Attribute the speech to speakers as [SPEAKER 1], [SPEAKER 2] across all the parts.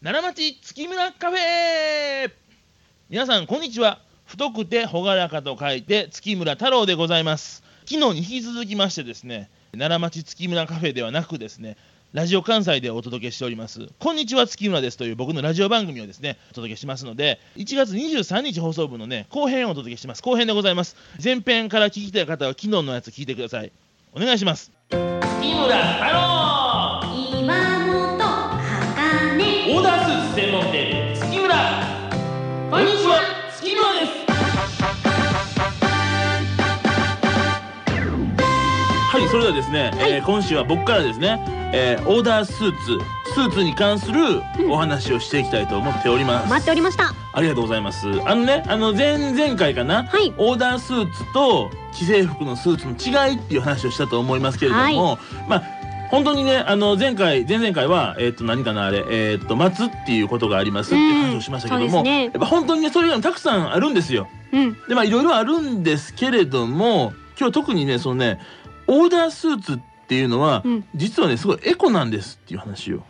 [SPEAKER 1] 奈良町月村カフェ皆さんこんにちは太くて朗らかと書いて月村太郎でございます昨日に引き続きましてですね奈良町月村カフェではなくですねラジオ関西でお届けしております「こんにちは月村です」という僕のラジオ番組をですねお届けしますので1月23日放送分のね後編をお届けします後編でございます前編から聞きたい方は昨日のやつ聞いてくださいお願いします月村太郎
[SPEAKER 2] 岩本茜
[SPEAKER 1] オーダースーツ専門店月村こんにちは月村ですはいそれではですね、えー今週は僕からですね、えーオーダースーツスーツに関するお話をしていきたいと思っております、
[SPEAKER 2] 待っておりました
[SPEAKER 1] ありがとうございますあのねあの前々回かな、
[SPEAKER 2] はい
[SPEAKER 1] オーダースーツと既製服のスーツの違いっていう話をしたと思いますけれども、まあ本当にね、あの前回、前々回は、えっ、と、何かな、あれ、えっ、と、待つっていうことがありますっていう話をしましたけども、
[SPEAKER 2] うんそうですね
[SPEAKER 1] やっぱ本当にね、そういうのたくさんあるんですよ。
[SPEAKER 2] うん
[SPEAKER 1] で、まあ、いろいろあるんですけれども、今日特にね、そのね、オーダースーツっていうのは、
[SPEAKER 2] うん
[SPEAKER 1] 実はね、すごいエコなんですっていう話を。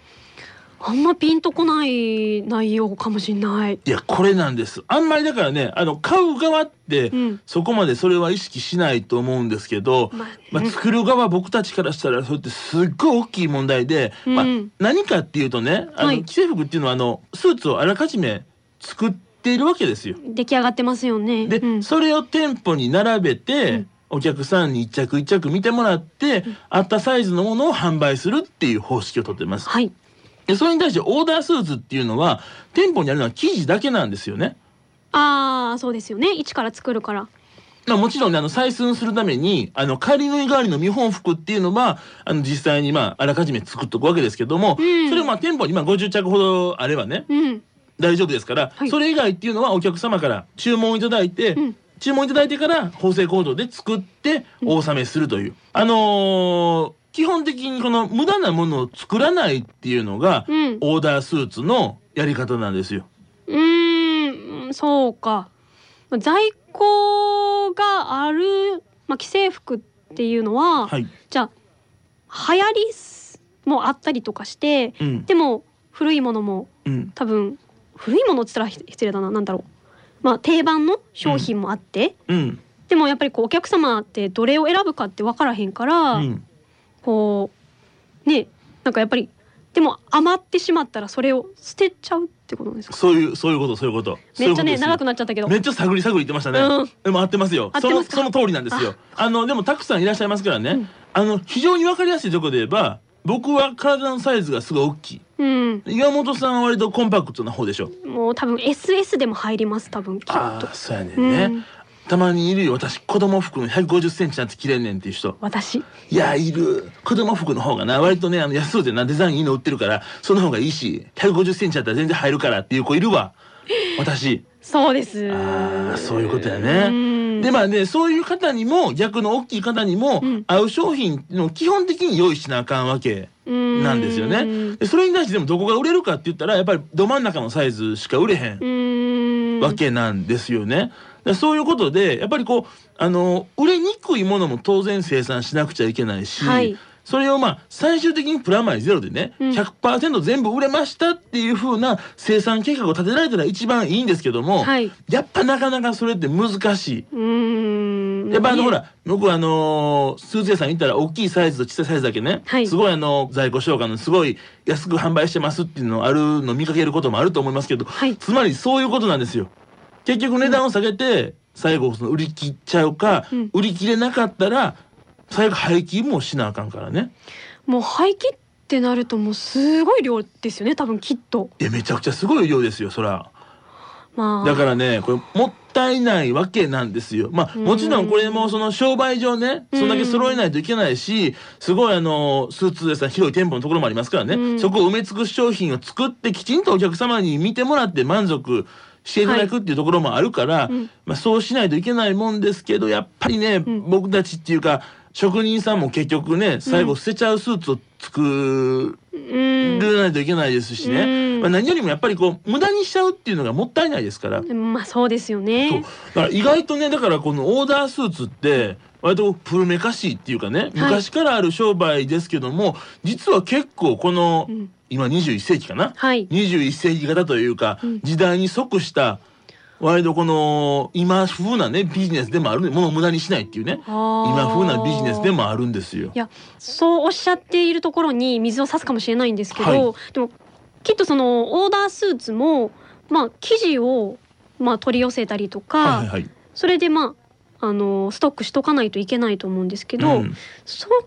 [SPEAKER 2] あんまピンとこない内容かもしんない
[SPEAKER 1] いや、これなんです。あんまりだからね、あの、買う側って、
[SPEAKER 2] うん
[SPEAKER 1] そこまでそれは意識しないと思うんですけど、
[SPEAKER 2] まあね
[SPEAKER 1] まあ、作る側僕たちからしたらそれってすっごい大きい問題で、
[SPEAKER 2] うん
[SPEAKER 1] まあ、何かっていうとねあの、
[SPEAKER 2] はい
[SPEAKER 1] 既製服っていうのはあのスーツをあらかじめ作っているわけですよ。
[SPEAKER 2] 出来上がってますよね
[SPEAKER 1] で、
[SPEAKER 2] うん、
[SPEAKER 1] それを店舗に並べて、
[SPEAKER 2] うん
[SPEAKER 1] お客さんに一着一着見てもらって、あったサイズのものを販売するっていう方式をとってます。
[SPEAKER 2] はい
[SPEAKER 1] でそれに対してオーダースーツっていうのは店舗にあるのは生地だけなんですよね。
[SPEAKER 2] ああそうですよね一から作るから
[SPEAKER 1] まあ、もちろんね、あの、採寸するために、あの、仮縫い代わりの見本服っていうのは、あの、実際に、まあ、あらかじめ作っとくわけですけども、
[SPEAKER 2] うん
[SPEAKER 1] それをまあ、店舗に、まあ、50着ほどあればね、
[SPEAKER 2] うん
[SPEAKER 1] 大丈夫ですから、
[SPEAKER 2] はい
[SPEAKER 1] それ以外っていうのはお客様から注文いただいて、
[SPEAKER 2] うん
[SPEAKER 1] 注文いただいてから、縫製工場で作って、お納めするという。あのー基本的にこの無駄なものを作らないっていうのが、
[SPEAKER 2] うん
[SPEAKER 1] オーダースーツのやり方なんですよ。
[SPEAKER 2] うーんそうか在庫がある、まあ、既製服っていうのは、
[SPEAKER 1] はい。
[SPEAKER 2] じゃあ流行りすもあったりとかして
[SPEAKER 1] うん。
[SPEAKER 2] でも古いものも
[SPEAKER 1] うん。
[SPEAKER 2] 多分古いものっつったらひ失礼だななんだろうまあ定番の商品もあって、
[SPEAKER 1] うん。
[SPEAKER 2] でもやっぱりこうお客様ってどれを選ぶかって分からへんから、
[SPEAKER 1] うん。
[SPEAKER 2] こうねなんかやっぱりでも余ってしまったらそれを捨てちゃうってことですか
[SPEAKER 1] そういう、そういうこと、そういうこと。
[SPEAKER 2] めっちゃね
[SPEAKER 1] そういうことですよ
[SPEAKER 2] 長くなっちゃったけど
[SPEAKER 1] めっちゃ探り探り言ってましたね。
[SPEAKER 2] うん
[SPEAKER 1] でも合ってますよ。
[SPEAKER 2] 合ってますか
[SPEAKER 1] そのその通りなんですよ。あのでもたくさんいらっしゃいますからね。
[SPEAKER 2] うん
[SPEAKER 1] あの非常にわかりやすいところで言えば、僕は体のサイズがすごい大きい。
[SPEAKER 2] うん
[SPEAKER 1] 岩本さんは割とコンパクトな方でしょ。
[SPEAKER 2] もう多分 SS でも入ります多分きっ
[SPEAKER 1] あ
[SPEAKER 2] と
[SPEAKER 1] あ、そうやねんね。
[SPEAKER 2] うん
[SPEAKER 1] たまにいるよ私子供服の150センチなんて着れんねんっていう人
[SPEAKER 2] 私
[SPEAKER 1] いやいる子供服の方がな割とねあの安そうでなデザインいいの売ってるからその方がいいし150センチだったら全然入るからっていう子いるわ私
[SPEAKER 2] そうです
[SPEAKER 1] あーそういうことや
[SPEAKER 2] う
[SPEAKER 1] ね。
[SPEAKER 2] ん
[SPEAKER 1] でまあねそういう方にも逆の大きい方にも
[SPEAKER 2] うん
[SPEAKER 1] 合う商品の基本的に用意しなあかんわけなんですよ
[SPEAKER 2] う
[SPEAKER 1] ね。
[SPEAKER 2] ん
[SPEAKER 1] でそれに対してでもどこが売れるかって言ったらやっぱりど真ん中のサイズしか売れへん
[SPEAKER 2] うん
[SPEAKER 1] わけなんですよね。でそういうことでやっぱりこうあの売れにくいものも当然生産しなくちゃいけないし。
[SPEAKER 2] はい
[SPEAKER 1] それをまあ最終的にプラマイゼロでね、
[SPEAKER 2] うん
[SPEAKER 1] 100%全部売れましたっていう風な生産計画を立てられたら一番いいんですけども、
[SPEAKER 2] はい
[SPEAKER 1] やっぱなかなかそれって難し
[SPEAKER 2] うーん
[SPEAKER 1] い。やっぱあの、
[SPEAKER 2] ね
[SPEAKER 1] ほら、僕はあのースーツ屋さん行ったら大きいサイズと小さいサイズだけね、
[SPEAKER 2] はい
[SPEAKER 1] すごいあの、在庫消化のすごい安く販売してますっていうのあるの見かけることもあると思いますけど、
[SPEAKER 2] はい
[SPEAKER 1] つまりそういうことなんですよ。結局値段を下げて、最後その売り切っちゃうか、
[SPEAKER 2] うん
[SPEAKER 1] 売り切れなかったら、最後廃棄もしなあかんからね。
[SPEAKER 2] もう廃棄ってなるともうすごい量ですよね多分きっと
[SPEAKER 1] いや、めちゃくちゃすごい量ですよ、そら。
[SPEAKER 2] まあ
[SPEAKER 1] だからねこれもったいないわけなんですよ。まあ
[SPEAKER 2] うん
[SPEAKER 1] もちろんこれもその商売上ねそんだけ揃えないといけないしすごいあのスーツ屋さん広い店舗のところもありますから
[SPEAKER 2] う
[SPEAKER 1] ね
[SPEAKER 2] ん
[SPEAKER 1] そこを埋め尽くす商品を作ってきちんとお客様に見てもらって満足していただくっていうところもあるから、
[SPEAKER 2] うん
[SPEAKER 1] まあ、そうしないといけないもんですけどやっぱりね、
[SPEAKER 2] ん
[SPEAKER 1] 僕たちっていうか職人さんも結局ね最後捨てちゃうスーツを作
[SPEAKER 2] うー
[SPEAKER 1] らないといけないですしね、
[SPEAKER 2] うん
[SPEAKER 1] まあ、何よりもやっぱりこう無駄にしちゃうっていうのがもったいないですから。
[SPEAKER 2] んまあそうですよ
[SPEAKER 1] そう
[SPEAKER 2] ね
[SPEAKER 1] だから意外とねだからこのオーダースーツって割と古めかしいっていうかね昔からある商売ですけども、実は結構この
[SPEAKER 2] うん
[SPEAKER 1] 今21世紀かな、
[SPEAKER 2] はい。
[SPEAKER 1] 21世紀型というか、
[SPEAKER 2] うん
[SPEAKER 1] 時代に即した割とこの今風なねビジネスでもあるものを無駄にしないっていうね今
[SPEAKER 2] 今
[SPEAKER 1] 風なビジネスでもあるんですよ
[SPEAKER 2] い。やそうおっしゃっているところに水を差すかもしれないんですけど、
[SPEAKER 1] は
[SPEAKER 2] でもきっとそのオーダースーツも、まあ、生地を、まあ、取り寄せたりとか、
[SPEAKER 1] はいはいはい。
[SPEAKER 2] それでまああのストックしとかないといけないと思うんですけ
[SPEAKER 1] う
[SPEAKER 2] ど、
[SPEAKER 1] ん
[SPEAKER 2] そこら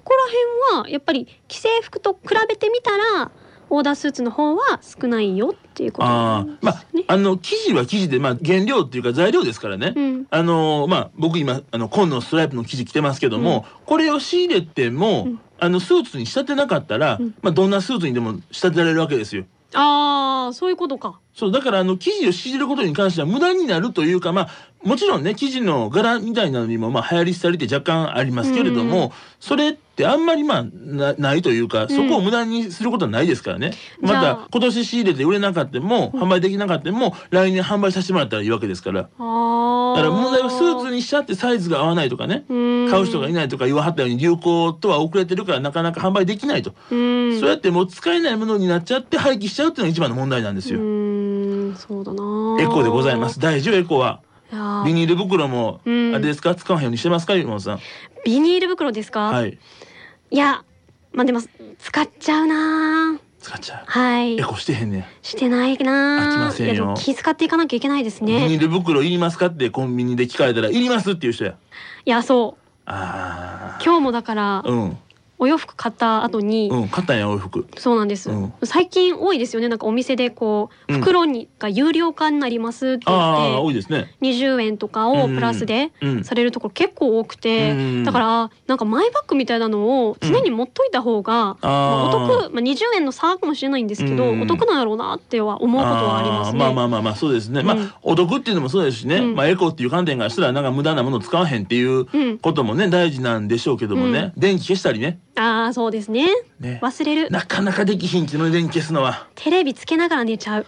[SPEAKER 2] 辺はやっぱり既製服と比べてみたらオーダースーツの方は少ないよっていうことな
[SPEAKER 1] あ
[SPEAKER 2] んで
[SPEAKER 1] あ
[SPEAKER 2] す
[SPEAKER 1] まあ
[SPEAKER 2] ね。
[SPEAKER 1] あの生地は生地でまあ原料っていうか材料ですからね。
[SPEAKER 2] うん
[SPEAKER 1] あのまあ僕今あの紺のストライプの生地着てますけども、これを仕入れても、
[SPEAKER 2] うん
[SPEAKER 1] あのスーツに仕立てなかったら、
[SPEAKER 2] うん
[SPEAKER 1] まあどんなスーツにでも仕立てられるわけですよ。
[SPEAKER 2] あーそういうことか。
[SPEAKER 1] そう、だからあの、生地を仕入れることに関しては無駄になるというか、まあ、もちろんね、生地の柄みたいなのにも、まあ、流行り廃りって若干ありますけれど
[SPEAKER 2] うんう
[SPEAKER 1] も、それってあんまり、まあ、なないというか、そこを無駄にすることはないですからね。
[SPEAKER 2] う
[SPEAKER 1] ま
[SPEAKER 2] んじゃ
[SPEAKER 1] た
[SPEAKER 2] あ、
[SPEAKER 1] 今年仕入れて売れなかったも、販売できなかったも、来年販売させてもらったらいいわけですから。
[SPEAKER 2] あ
[SPEAKER 1] だ
[SPEAKER 2] あ
[SPEAKER 1] から問題はスーツにしちゃってサイズが合わないとかね。買う人がい
[SPEAKER 2] な
[SPEAKER 1] ないとか言わはったように流行とは遅れてるからなかなか販売できないと、
[SPEAKER 2] い。うん
[SPEAKER 1] そうやってもう使えないものになっちゃって廃棄しちゃうっていうのが一番の問題なんです
[SPEAKER 2] う
[SPEAKER 1] よ。
[SPEAKER 2] ーん、そうだな。
[SPEAKER 1] エコーでございます。。第10エコーはビ
[SPEAKER 2] ビニ
[SPEAKER 1] ニール袋もあ
[SPEAKER 2] うん
[SPEAKER 1] れですか、使わへんようにしてますか、ゆもんさん。
[SPEAKER 2] ビニール袋ですか。、
[SPEAKER 1] はいい、
[SPEAKER 2] や、まあ、でも使っちゃうな。
[SPEAKER 1] 使っちゃう。
[SPEAKER 2] はい
[SPEAKER 1] エ。コーしてへんねん。
[SPEAKER 2] してない
[SPEAKER 1] 飽
[SPEAKER 2] な。
[SPEAKER 1] きませんよ
[SPEAKER 2] いやでも気遣っていかなきゃいけないです
[SPEAKER 1] ビニ
[SPEAKER 2] ね。
[SPEAKER 1] ール袋いりますかってコンビニで聞かれたらいりますっていう人や。
[SPEAKER 2] いや、そう。
[SPEAKER 1] ああ。
[SPEAKER 2] 今日もだから、
[SPEAKER 1] うん
[SPEAKER 2] お洋服買った後に。
[SPEAKER 1] うん買ったんやお洋服。
[SPEAKER 2] そうなんです、
[SPEAKER 1] うん
[SPEAKER 2] 最近多いですよねなんかお店でこう
[SPEAKER 1] うん
[SPEAKER 2] 袋に、が有料化になりますって言
[SPEAKER 1] ああ
[SPEAKER 2] っ
[SPEAKER 1] 多
[SPEAKER 2] て
[SPEAKER 1] いですね。
[SPEAKER 2] 20円とかをプラスで
[SPEAKER 1] うん。
[SPEAKER 2] されるところ結構多くて、
[SPEAKER 1] うん
[SPEAKER 2] だからなんかマイバッグみたいなのを常に持っといた方が、
[SPEAKER 1] あ
[SPEAKER 2] まあ、お
[SPEAKER 1] あ。
[SPEAKER 2] 得、まあ、20円の差かもしれないんですけど、
[SPEAKER 1] うん
[SPEAKER 2] お得なんやろうなっては思うことはありますね。
[SPEAKER 1] あーまあまあまあまあそうですね、ま
[SPEAKER 2] うん
[SPEAKER 1] あお得っていうのもそうですしね、
[SPEAKER 2] うん
[SPEAKER 1] まあエコっていう観点からしたらなんか無駄なもの使わへんっていう
[SPEAKER 2] うん、
[SPEAKER 1] こともね大事なんでしょうけどもね、電気消したりね
[SPEAKER 2] ああそうですね
[SPEAKER 1] ね
[SPEAKER 2] 忘れる
[SPEAKER 1] なかなかできひんちの電気消すのは。
[SPEAKER 2] テレビつけながら寝ちゃう、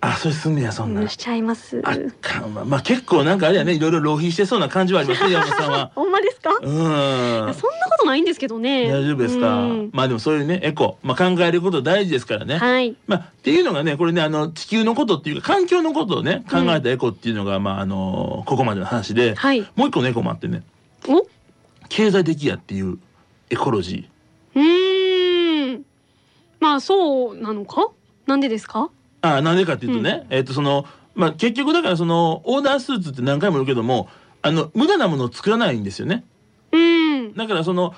[SPEAKER 1] あ、それすんねや、そんな
[SPEAKER 2] うんん、。しちゃいます。
[SPEAKER 1] あかんわ。まあ結構なんかあれやね、いろいろ浪費してそうな感じはありますね、山本さんは
[SPEAKER 2] ほんまですか、
[SPEAKER 1] う
[SPEAKER 2] いや
[SPEAKER 1] ーん。
[SPEAKER 2] そんなことないんですけどね
[SPEAKER 1] 大丈夫ですか
[SPEAKER 2] うん。
[SPEAKER 1] まあでもそういうね、エコ。まあ考えること大事ですからね。
[SPEAKER 2] はい
[SPEAKER 1] まあっていうのがね、これね、あの、地球のことっていうか、環境のことをね、考えたエコっていうのが、まああの、ここまでの話で、
[SPEAKER 2] はい
[SPEAKER 1] もう一個のエコもあってね、
[SPEAKER 2] おう
[SPEAKER 1] 経済的やっていうエコロジー。
[SPEAKER 2] ーんまあそうなのかなんでですか
[SPEAKER 1] あ、なんでかっていうとね、えっとその、まあ結局だからその、オーダースーツって何回も言うけども、あの、無駄なものを作らないんですよね。
[SPEAKER 2] うん
[SPEAKER 1] だからその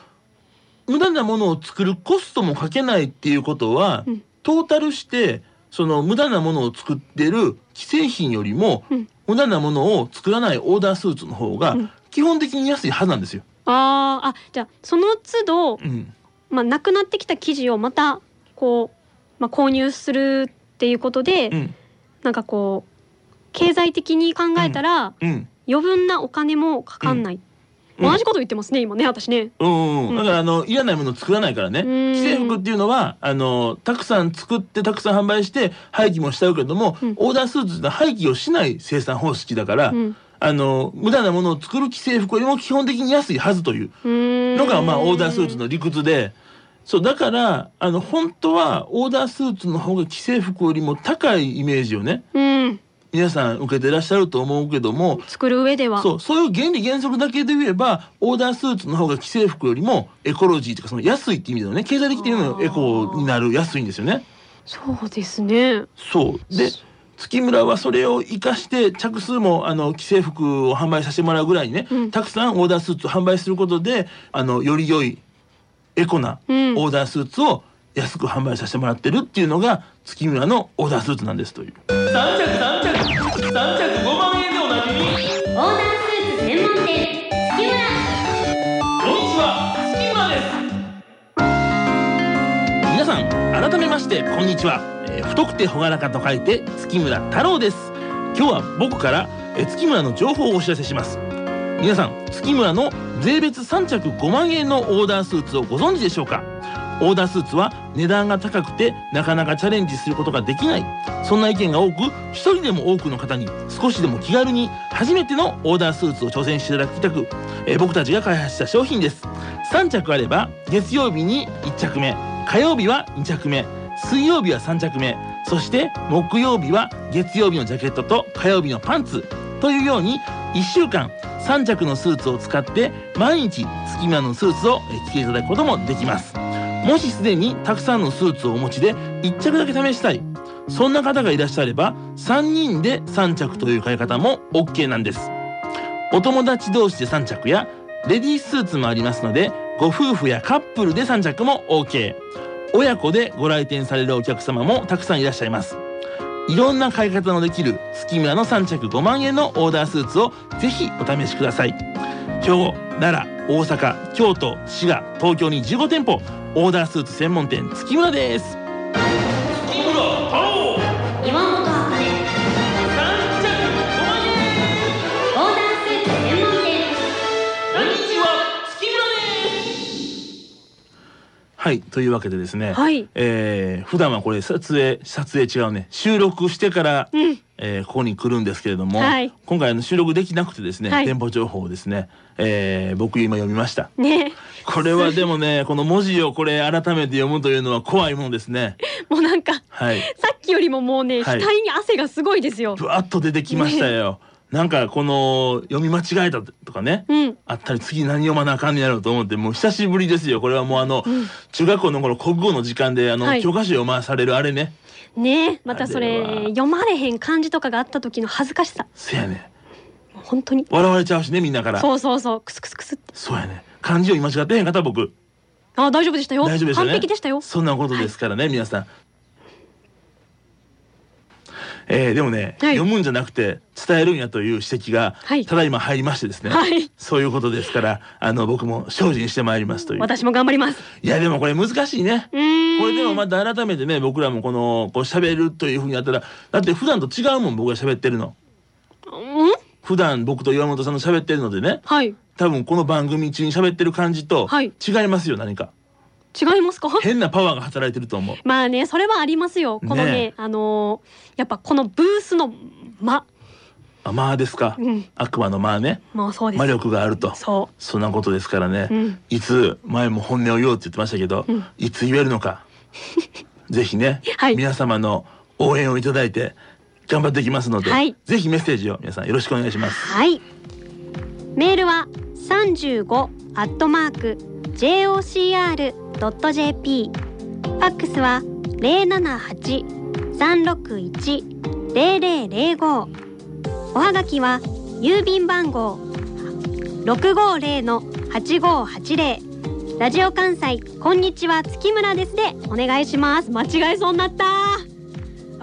[SPEAKER 1] 無駄なものを作るコストもかけないっていうことは、
[SPEAKER 2] うん
[SPEAKER 1] トータルしてその無駄なものを作ってる既製品よりも、
[SPEAKER 2] うん
[SPEAKER 1] 無駄なものを作らないオーダースーツの方が
[SPEAKER 2] うん
[SPEAKER 1] 基本的に安いはずなんですよ。
[SPEAKER 2] あーあじゃあその都度、
[SPEAKER 1] うん、
[SPEAKER 2] まあ、なくなってきた生地をまたこう、まあ、購入するっていうことで、
[SPEAKER 1] うん、
[SPEAKER 2] なんかこう経済的に考えたら、
[SPEAKER 1] うん、
[SPEAKER 2] 余分なお金もかかんない、
[SPEAKER 1] うん
[SPEAKER 2] 同じこと言ってますね今ね私ね
[SPEAKER 1] うんうん
[SPEAKER 2] うん
[SPEAKER 1] だからあの嫌なものを作らないからね
[SPEAKER 2] うん
[SPEAKER 1] 既製服っていうのはあのたくさん作ってたくさん販売して廃棄もしちゃうけども、
[SPEAKER 2] うん
[SPEAKER 1] オーダースーツってのは廃棄をしない生産方式だから、
[SPEAKER 2] うん
[SPEAKER 1] あの無駄なものを作る既製服よりも基本的に安いはずという
[SPEAKER 2] うーん
[SPEAKER 1] のが、まあ、オーダースーツの理屈でそうだからあの本当はオーダースーツの方が既製服よりも高いイメージをね
[SPEAKER 2] うん
[SPEAKER 1] 皆さん受けてらっしゃると思うけども
[SPEAKER 2] 作る上では
[SPEAKER 1] そうそういう原理原則だけで言えばオーダースーツの方が既製服よりもエコロジーとかその安いって意味でのね経済的っていうの
[SPEAKER 2] あ
[SPEAKER 1] が
[SPEAKER 2] ー
[SPEAKER 1] エコになる安いんですよね。
[SPEAKER 2] そうですね
[SPEAKER 1] そうで月村はそれを生かして着数もあの既製服を販売させてもらうぐらいにね、
[SPEAKER 2] うん
[SPEAKER 1] たくさんオーダースーツを販売することであのより良いエコなオ
[SPEAKER 2] うん
[SPEAKER 1] ーダースーツを安く販売させてもらってるっていうのが月村のオーダースーツなんですという。三着三着三着五万円でおなじみ。こんにち
[SPEAKER 2] オーダースーツ専門店月村
[SPEAKER 1] は月村です。皆さん改めましてこんにちは、えー太くて朗らかと書いて月村太郎です今日は僕から、えー月村の情報をお知らせします皆さん月村の税別3着5万円のオーダースーツをご存知でしょうかオーダースーツは値段が高くてなかなかチャレンジすることができないそんな意見が多く一人でも多くの方に少しでも気軽に初めてのオーダースーツを挑戦していただきたく、えー僕たちが開発した商品です3着あれば月曜日に1着目火曜日は2着目水曜日は3着目そして木曜日は月曜日のジャケットと火曜日のパンツというように1週間3着のスーツを使って毎日スキマのスーツをえ着ていただくこともできますもしすでにたくさんのスーツをお持ちで1着だけ試したいそんな方がいらっしゃれば3人で3着という買い方も OK なんですお友達同士で3着やレディーススーツもありますのでご夫婦やカップルで3着も OK 親子でご来店されるお客様もたくさんいらっしゃいますいろんな買い方のできる月村の3着5万円のオーダースーツをぜひお試しください兵庫奈良大阪京都滋賀東京に15店舗オーダースーツ専門店月村です月村太郎
[SPEAKER 3] 岩本茜
[SPEAKER 1] 3着5万円
[SPEAKER 3] オーダースーツ専門店
[SPEAKER 1] こんにちは月村ですはいというわけでですね、
[SPEAKER 2] はい。
[SPEAKER 1] えー普段はこれ撮影撮影違うね収録してから、
[SPEAKER 2] うん。
[SPEAKER 1] えーここに来るんですけれども、
[SPEAKER 2] はい
[SPEAKER 1] 今回あの収録できなくてですね、
[SPEAKER 2] はい
[SPEAKER 1] 店舗情報をですね、えー僕今読みました
[SPEAKER 2] ね
[SPEAKER 1] これはでも ねこの文字をこれ改めて読むというのは怖いもんですね
[SPEAKER 2] もうなん か、さ
[SPEAKER 1] はい
[SPEAKER 2] っきよりももうね、
[SPEAKER 1] はい
[SPEAKER 2] 額に汗がすごいですよ。
[SPEAKER 1] ぶわっと出てきましたよ、なんかこの読み間違えたとかね、
[SPEAKER 2] うん。
[SPEAKER 1] あったり次何読まなあかんねやろうと思ってもう久しぶりですよこれはもうあの、中学校の頃国語の時間であの、
[SPEAKER 2] はい
[SPEAKER 1] 教科書読まされるあれね
[SPEAKER 2] ねまたそ
[SPEAKER 1] あれは
[SPEAKER 2] れ、読まれへん漢字とかがあった時の恥ずかしさ。
[SPEAKER 1] せやね
[SPEAKER 2] もう本当に。
[SPEAKER 1] 笑われちゃうしねみんなからそう
[SPEAKER 2] そうそうそう。クスクスクスって。
[SPEAKER 1] やね漢字を間違ってへんかった僕
[SPEAKER 2] あ、大丈夫でしたよ。
[SPEAKER 1] 大丈夫でしたね
[SPEAKER 2] 完璧でしたよ。
[SPEAKER 1] そんなことですからね、皆さんえー、でもね、
[SPEAKER 2] はい
[SPEAKER 1] 読むんじゃなくて伝えるんやという指摘が、
[SPEAKER 2] はい
[SPEAKER 1] ただ今入りましてですね、
[SPEAKER 2] はい
[SPEAKER 1] そういうことですからあの僕も精進してまいりますという
[SPEAKER 2] 私も頑張ります。
[SPEAKER 1] いやでもこれ難しいね
[SPEAKER 2] うーん。
[SPEAKER 1] これでもまた改めてね僕らもこのこう喋るというふうにやったらだって普段と違うもん僕が喋ってるの
[SPEAKER 2] うん
[SPEAKER 1] 普段僕と岩本さんの喋ってるのでね
[SPEAKER 2] はい。
[SPEAKER 1] 多分この番組中に喋ってる感じと
[SPEAKER 2] はい
[SPEAKER 1] 違いますよ何か
[SPEAKER 2] 違いますか
[SPEAKER 1] 変なパワーが働いてると思う
[SPEAKER 2] まあね、それはありますよ。このね、
[SPEAKER 1] ね
[SPEAKER 2] あのーやっぱこのブースの間。
[SPEAKER 1] あまあですか、
[SPEAKER 2] うん。
[SPEAKER 1] 悪魔のまあね
[SPEAKER 2] まあそうです。
[SPEAKER 1] 魔力があると
[SPEAKER 2] そ
[SPEAKER 1] そんなことですからね、
[SPEAKER 2] う。うん。
[SPEAKER 1] いつ前も本音を言おうって言ってましたけど、
[SPEAKER 2] うん
[SPEAKER 1] いつ言えるの かぜひね、
[SPEAKER 2] はい
[SPEAKER 1] 皆様の応援をいただいて頑張っていきますので、
[SPEAKER 2] はい
[SPEAKER 1] ぜひメッセージを皆さんよろしくお願いします
[SPEAKER 3] はいメールは35アットマーク jocr.jp ファックスは078-361-0005おはがきは郵便番号650-8580ラジオ関西こんにちは月村ですでお願いします間違えそうになった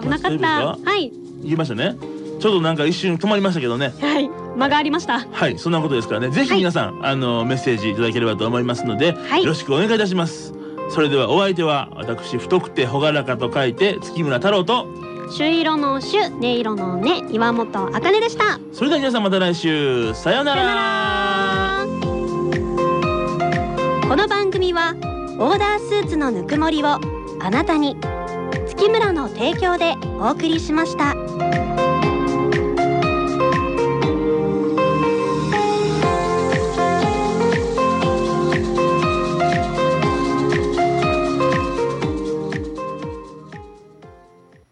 [SPEAKER 3] 危なかっ
[SPEAKER 1] ま
[SPEAKER 3] た
[SPEAKER 1] あそういうこと
[SPEAKER 3] はい
[SPEAKER 1] 言いましたねちょっとなんか一瞬止まりましたけどね
[SPEAKER 2] はい。間がありました。
[SPEAKER 1] はいそんなことですからねぜひ
[SPEAKER 3] はい
[SPEAKER 1] 皆さん、あのメッセージいただければと思いますので、
[SPEAKER 3] はい
[SPEAKER 1] よろしくお願いいたしますそれではお相手は私太くて朗らかと書いて月村太郎と
[SPEAKER 3] 朱色の朱、音色の音、岩本茜でした。
[SPEAKER 1] それでは皆さんまた来週さような
[SPEAKER 3] さよ
[SPEAKER 1] ら
[SPEAKER 3] この番組はオーダースーツのぬくもりをあなたに月村の提供でお送りしました。